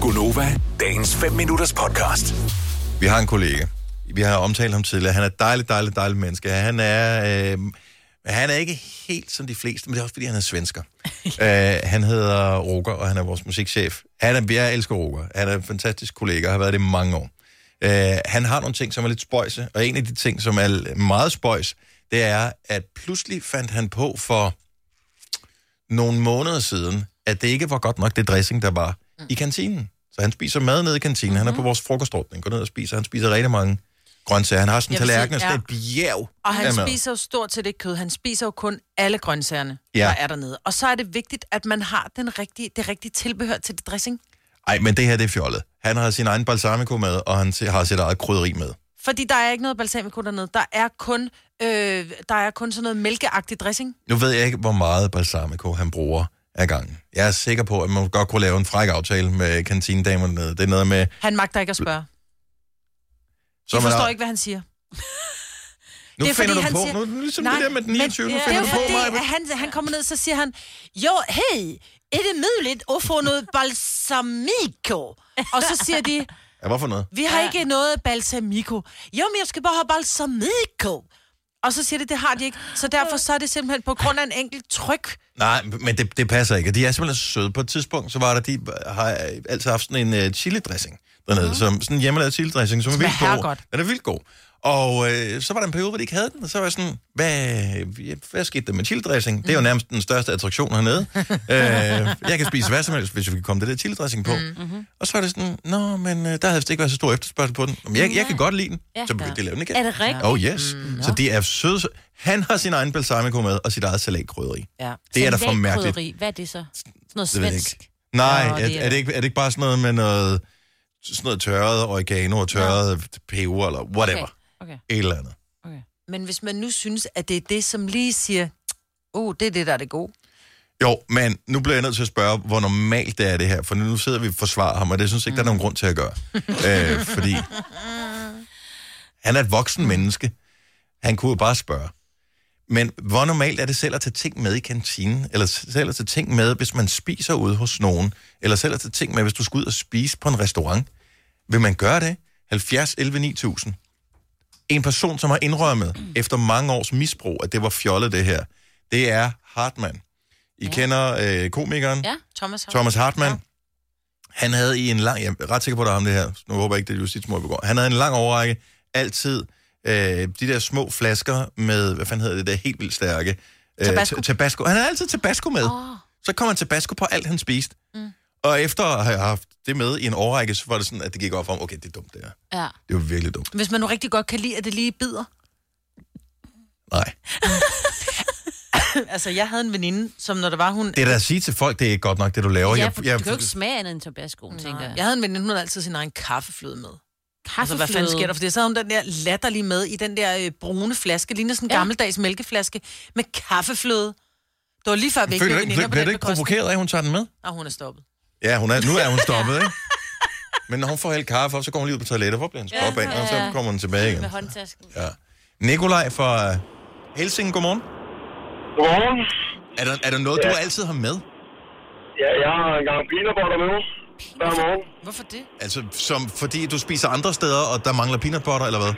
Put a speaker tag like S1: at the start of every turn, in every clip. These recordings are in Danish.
S1: Gunova, dagens 5 minutters podcast.
S2: Vi har en kollega. Vi har omtalt ham tidligere. Han er et dejligt, dejligt, dejligt menneske. Han er, øh, han er ikke helt som de fleste, men det er også, fordi han er svensker. øh, han hedder Roger, og han er vores musikchef. Han er, jeg elsker Roger. Han er en fantastisk kollega, og har været det i mange år. Øh, han har nogle ting, som er lidt spøjse, og en af de ting, som er meget spøjs, det er, at pludselig fandt han på for nogle måneder siden, at det ikke var godt nok det dressing, der var mm. i kantinen. Så han spiser mad nede i kantinen.
S3: Mhm.
S2: Mm-hmm. Han er på vores frokostordning. Går ned og spiser. Han spiser rigtig mange grøntsager. Han har sådan en
S3: Jeg vil sige,
S2: tallerken og sådan
S3: ja.
S2: et bjerg
S3: Og han
S2: af mad.
S3: spiser jo stort set ikke kød. Han spiser jo kun alle grøntsagerne,
S2: Ja.
S3: ja. der er dernede. Og så er det vigtigt, at man har den rigtige, det rigtige tilbehør til det dressing.
S2: Ej, men det her, det er fjollet. Han har sin egen balsamico med, og han har sit eget krydderi med.
S3: Fordi der er ikke noget balsamico dernede. Der er kun, øh, der er kun sådan noget mælkeagtig dressing.
S2: Nu ved jeg ikke, hvor meget balsamico han bruger af gangen. Jeg er sikker på, at man godt kunne lave en fræk aftale med kantinedamerne nede. Det er noget med...
S3: Han magter ikke at spørge.
S2: Så
S3: Jeg
S2: man
S3: forstår
S2: har-
S3: ikke, hvad han siger.
S2: Nu
S3: Det er,
S2: finder
S3: fordi
S2: du
S3: han
S2: på.
S3: siger-
S2: Nu er det ligesom
S3: Nej,
S2: det der med den 29.
S3: Men,
S2: nu
S3: det
S2: finder
S3: er
S2: du
S3: jo
S2: på
S3: fordi,
S2: mig.
S3: at han, han kommer ned, så siger han, jo, hey, er det muligt at få noget balsamico? Og så siger de,
S2: Ja, hvorfor noget?
S3: vi har ikke noget balsamico. Jo, men jeg skal bare have balsamico. Og så siger de, det har de ikke. Så derfor så er det simpelthen på grund af en enkelt tryk.
S2: Nej, men det, det passer ikke. Og De er simpelthen søde. På et tidspunkt, så var der, de har øh, altid haft sådan en uh, chili-dressing dernede, mm. som sådan en hjemmelavet chili-dressing, som er vildt god.
S3: herregodt.
S2: Den er vildt god. Og øh, så var der en periode, hvor de ikke havde den, og så var jeg sådan, hvad, hvad skete der med chili-dressing? Det er
S4: Mm.
S2: jo nærmest den største attraktion hernede. øh, jeg kan spise hvad som helst, hvis vi kan komme det der chili-dressing på.
S4: Mm,
S2: Mm-hmm. Og så var det sådan, nå, men øh, der havde vist ikke været så stor efterspørgsel på den. Men jeg, jeg kan godt lide den.
S4: Ja.
S2: så begyndte de at lave den igen.
S4: Er det rigtigt?
S2: Oh yes. Mm, så det er søde. Han har sin egen balsamico med, og sit eget salatkrydderi.
S3: Ja.
S2: Det er da for mærkeligt.
S4: Salatkryderi, Hvad er det så? Sådan noget
S2: Det ved jeg
S4: svensk.
S2: ikke. Nej,
S3: Nå,
S2: er,
S3: det er-
S2: er, det ikke, er det ikke bare sådan noget med noget, sådan noget tørret oregano og tørret peber eller whatever? Okay.
S4: Okay.
S2: Et eller andet.
S3: Men hvis man nu synes, at det er det, som lige siger, oh, det er det, der er det gode.
S2: Jo, men nu bliver jeg nødt til at spørge, hvor normalt det er det her, for nu sidder vi og forsvarer ham, og det synes jeg ikke,
S3: Mm.
S2: der er nogen grund til at gøre. øh, fordi han er et voksen menneske. Han kunne jo bare spørge. Men hvor normalt er det selv at tage ting med i kantinen, eller selv at tage ting med, hvis man spiser ude hos nogen, eller selv at tage ting med, hvis du skal ud og spise på en restaurant? Vil man gøre det? 70 11 9000. En person, som har indrømmet efter mange års misbrug, at det var fjollet det her, det er Hartmann. I ja. kender øh, komikeren ja.
S4: Ja.
S3: Thomas, har-
S2: Thomas Hartmann. Ja. Han havde i en lang... Jeg er ret sikker på, at det er ham det her. Nu håber jeg ikke, det er justitsmord, vi går. Han havde en lang overrække altid øh, de der små flasker med... Hvad fanden hedder det der helt vildt stærke? Øh,
S3: Tabasco.
S2: ta- tabasco. Han havde altid tabasco med.
S4: Åh.
S2: Så kom han tabasco på alt, han spiste. Mm. Og efter at have haft det med i en overrække, så var det sådan, at det gik op for ham. Okay, det er dumt, det her.
S4: Ja.
S2: Det var virkelig dumt.
S3: Hvis man nu rigtig godt kan lide, at det lige bider.
S2: Nej.
S3: altså, jeg havde en veninde, som når der var, hun...
S2: Det er da at sige til folk, det er ikke godt nok, det du laver.
S4: ja, for, du kan jo ikke smage andet end tabasco, tænker jeg.
S2: altså,
S3: Jeg havde en veninde, hun havde altid sin egen kaffefløde med. Altså,
S4: Kaffefløde.
S3: hvad fanden sker der? For det? så havde hun den der latterlige med i den der øh, brune flaske, ligner sådan en ja.
S4: Ja.
S3: gammeldags mælkeflaske, med kaffefløde. Det var lige før, vi ikke
S2: Føler
S3: blev
S2: du ikke,
S3: veninder på
S2: bliver
S3: den
S2: du ikke
S3: bekostning.
S2: provokeret af, at hun tager den med?
S3: Og hun er stoppet.
S2: Ja, hun er, nu er hun stoppet, ikke? Men når hun får hældt kaffe op, så går hun lige ud på toilettet, hvor bliver hendes krop af, og så
S4: ja.
S2: kommer hun tilbage igen.
S4: Med håndtasken.
S2: Ja. Nikolaj fra Helsing, godmorgen.
S5: Godmorgen.
S2: Er der, er der noget, du altid har med?
S5: Ja, jeg har en gang pinabotter med hver morgen.
S3: Hvorfor det?
S2: Altså, som, fordi du spiser andre steder, og der mangler peanut butter, eller hvad?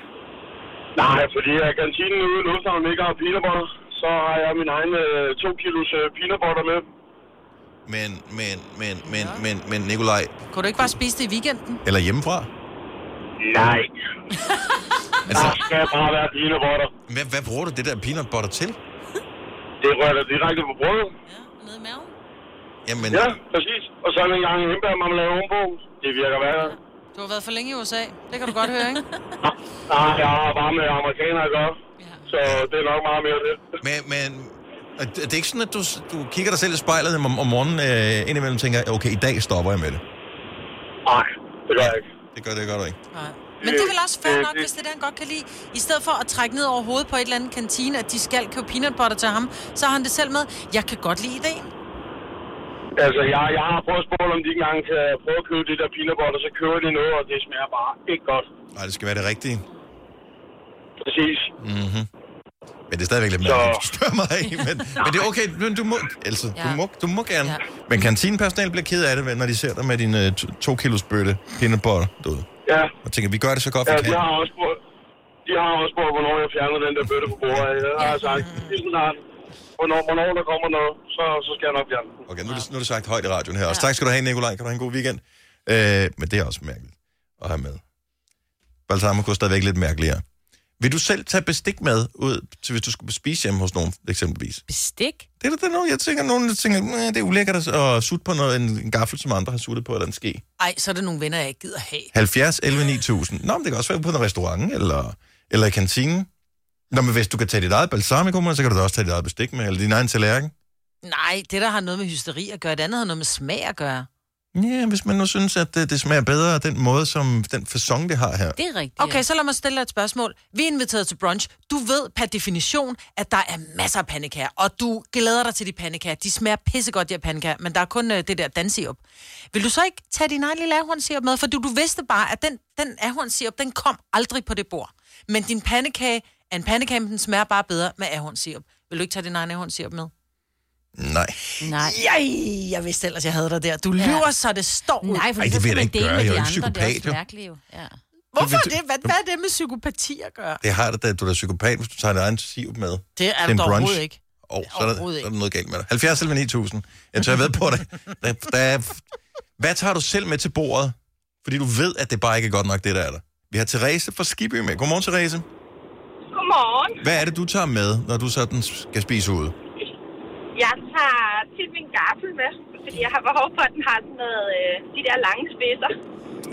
S5: Nej, fordi at kantinen ude i Lufthavn ikke har pinabotter, så har jeg min egen øh, to kilos øh, pinabotter med.
S2: Men, men, men, men, men, men, Nikolaj,
S3: Kunne du ikke bare spise det i weekenden?
S2: eller hjemmefra?
S5: Nej,
S2: Altså,
S5: der skal bare være pinabotter.
S2: hvad, hvad bruger du det der peanut butter til?
S5: Det rører da direkte på brødet.
S4: Ja, nede i maven.
S2: Jamen,
S5: Ja, præcis. Og så en gang hembærmarmelade ovenpå. Det virker værre. Ah,
S3: Du har været for længe i USA. Det kan du godt høre, ikke?
S5: Nej, jeg har bare med amerikanere at gøre,
S3: Ja.
S5: så det er nok meget mere det.
S2: men, men er det er det ikke sådan, at du, du kigger dig selv i spejlet om, om morgenen øh, indimellem og tænker, okay, i dag stopper jeg med det?
S5: Nej, det gør jeg ikke.
S2: Det gør det, gør du ikke.
S3: Nej. Men det er vel også fair nok, hvis det er det, han godt kan lide. I stedet for at trække ned over hovedet på et eller andet kantine, at de skal købe peanut butter til ham, så har han det selv med. Jeg kan godt lide ideen.
S5: Altså, jeg, jeg har prøvet at spørge, om de ikke engang kan prøve at købe det der pinabotter, så kører de noget, og det smager bare ikke godt.
S2: Nej, det skal være det rigtige.
S5: Præcis.
S2: Mm-hmm. Men det er stadigvæk lidt
S5: Så-
S2: mere, du spørger mig i, men, men det er okay, men du må, altså, ja. du,
S4: Ja.
S2: må, du må gerne. Ja.
S4: Ja.
S2: Men kantinepersonale bliver ked af det, når de ser dig med din øh, to, to kilos bøtte peanut butter derude.
S5: Ja,
S2: Og tænker, vi gør det så godt,
S5: ja
S2: vi
S5: de
S2: kan.
S5: har også spurgt, de har også spurgt, hvornår jeg fjerner den der bøtte på bordet. Jeg har sagt, lige snart, hvornår, hvornår der kommer noget, så, så skal jeg nok fjerne den.
S2: Okay, nu er, det, nu er det sagt højt i radioen her. Ja. Og tak skal du have, Nikolaj. Kan du have en god weekend? Øh, men det er også mærkeligt at have med. Balsamico er stadigvæk lidt mærkeligere. Vil du selv tage bestik med ud, til hvis du skulle spise hjemme hos nogen, eksempelvis?
S4: Bestik?
S2: Det er der, der er nogen, jeg tænker, nogen der tænker, "Næh, det er ulækkert at- at sutte på noget, en, en gaffel, som andre har suttet på, eller en ske.
S3: Ej, så er det nogle venner, jeg ikke gider have.
S2: 70, 11, 9000. Nå, men det kan også være på en restaurant, eller, eller i kantinen. Nå, men hvis du kan tage dit eget balsamico med, så kan du da også tage dit eget bestik med, eller din egen tallerken.
S3: Nej, det der har noget med hysteri at gøre, det andet har noget med smag at gøre.
S2: Ja, hvis man nu synes, at øh, det, det smager bedre af den måde, som den façon, det har her.
S4: Det er rigtigt.
S3: Okay, så lad mig stille dig et spørgsmål. Vi er inviteret til brunch. Du ved per definition, at der er masser af pandekager, og du glæder dig til de pandekager. De smager pissegodt, de her pandekager, men der er kun øh, det der dansirup. Vil du så ikke tage din egen lille ahornsirup med? For du, du vidste bare, at den, den ahornsirup, den kom aldrig på det bord. Men din pandekage er en pandekage, men den smager bare bedre med ahornsirup. Vil du ikke tage din egen ahornsirup med?
S2: Nej.
S4: Nej.
S3: Jeg, jeg vidste ellers, jeg havde dig der. Du lyver, så det står ud.
S4: Nej, for
S2: Ej,
S4: så
S2: det vil jeg
S4: skal
S2: da
S4: man
S2: ikke
S4: dele
S2: gøre.
S4: med
S2: Jeg er
S4: de
S2: jo ikke
S4: andre. Det er
S2: psykopat,
S4: også
S2: jo.
S4: mærkeligt, jo. Ja.
S3: Hvorfor
S2: det-
S3: det? Hvad, hvad er det med psykopati at gøre?
S2: Det har det da, du er da psykopat, hvis du tager dit egen sirup med.
S3: Det er
S2: en
S3: det
S2: brunch.
S3: overhovedet ikke.
S2: Og så er, der,
S3: Overhovedet
S2: så er der
S3: ikke.
S2: noget galt med dig. 70 eller 9000. Jeg tør ved på det. Der, der er, hvad tager du selv med til bordet? Fordi du ved, at det bare ikke er godt nok, det der er der. Vi har Therese fra Skibby med. Godmorgen, Therese.
S6: Godmorgen.
S2: Hvad er det, du tager med, når du sådan skal spise ude?
S6: Jeg tager tit min gaffel med, fordi jeg har behov for, at den har sådan noget, øh, de der lange spidser.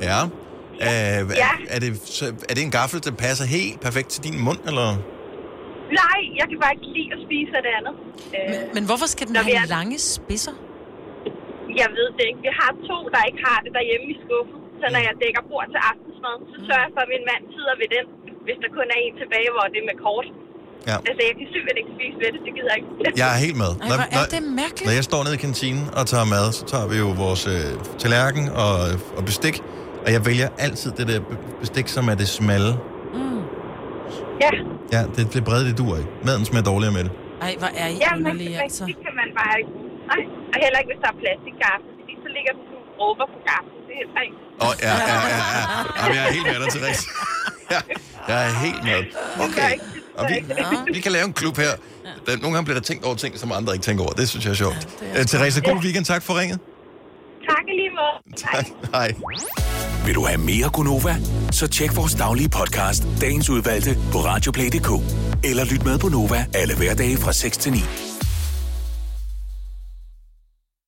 S2: Ja. Øh, er,
S6: Ja.
S2: er, det, så- er det en gaffel, der passer helt perfekt til din mund, eller?
S6: Nej, jeg kan bare ikke lide at spise af det andet. Øh,
S3: Men hvorfor skal den
S6: Når vi
S3: have
S6: er-
S3: lange spidser?
S6: jeg ved det ikke. Vi har to, der ikke har det derhjemme i skuffen. Så når jeg dækker bord til aftensmad, så sørger jeg for, at min mand sidder ved den, hvis der kun er en tilbage, hvor det er med kort.
S2: Ja.
S6: Altså, jeg kan simpelthen ikke spise ved det. Det gider jeg ikke.
S2: Jeg er helt med.
S3: Ej, hvor er det mærkeligt.
S2: Når jeg står nede i kantinen og tager mad, så tager vi jo vores øh, tallerken og, og bestik. Og jeg vælger altid det der be- bestik, som er det smalle.
S6: Ja,
S2: Ja, det, det brede, det dur ikke. Maden smager dårligere med det.
S3: Ej, hvor er I
S6: ja men
S3: underlige, altså.
S6: det kan man bare ikke. Nej, og heller ikke, hvis der er plastikgaffel, fordi så ligger der sådan nogle dråber på gaffel. Det er heller ikke.
S2: Åh, oh, ja, ja, ja, ja. Jamen, jeg er helt med dig, Therese. Ja, jeg er helt med. Okay. Og vi, vi kan lave en klub her. Der, nogle gange bliver der tænkt over ting, som andre ikke tænker over. Det synes jeg er sjovt. Ja, Therese, god weekend. Tak for ringet.
S6: Tak i lige måde.
S2: Tak. Hej.
S1: Vil du have mere Gunova? Så tjek vores daglige podcast, dagens udvalgte, på radioplay.dk. Eller lyt med på Nova alle hverdage fra 6 til 9.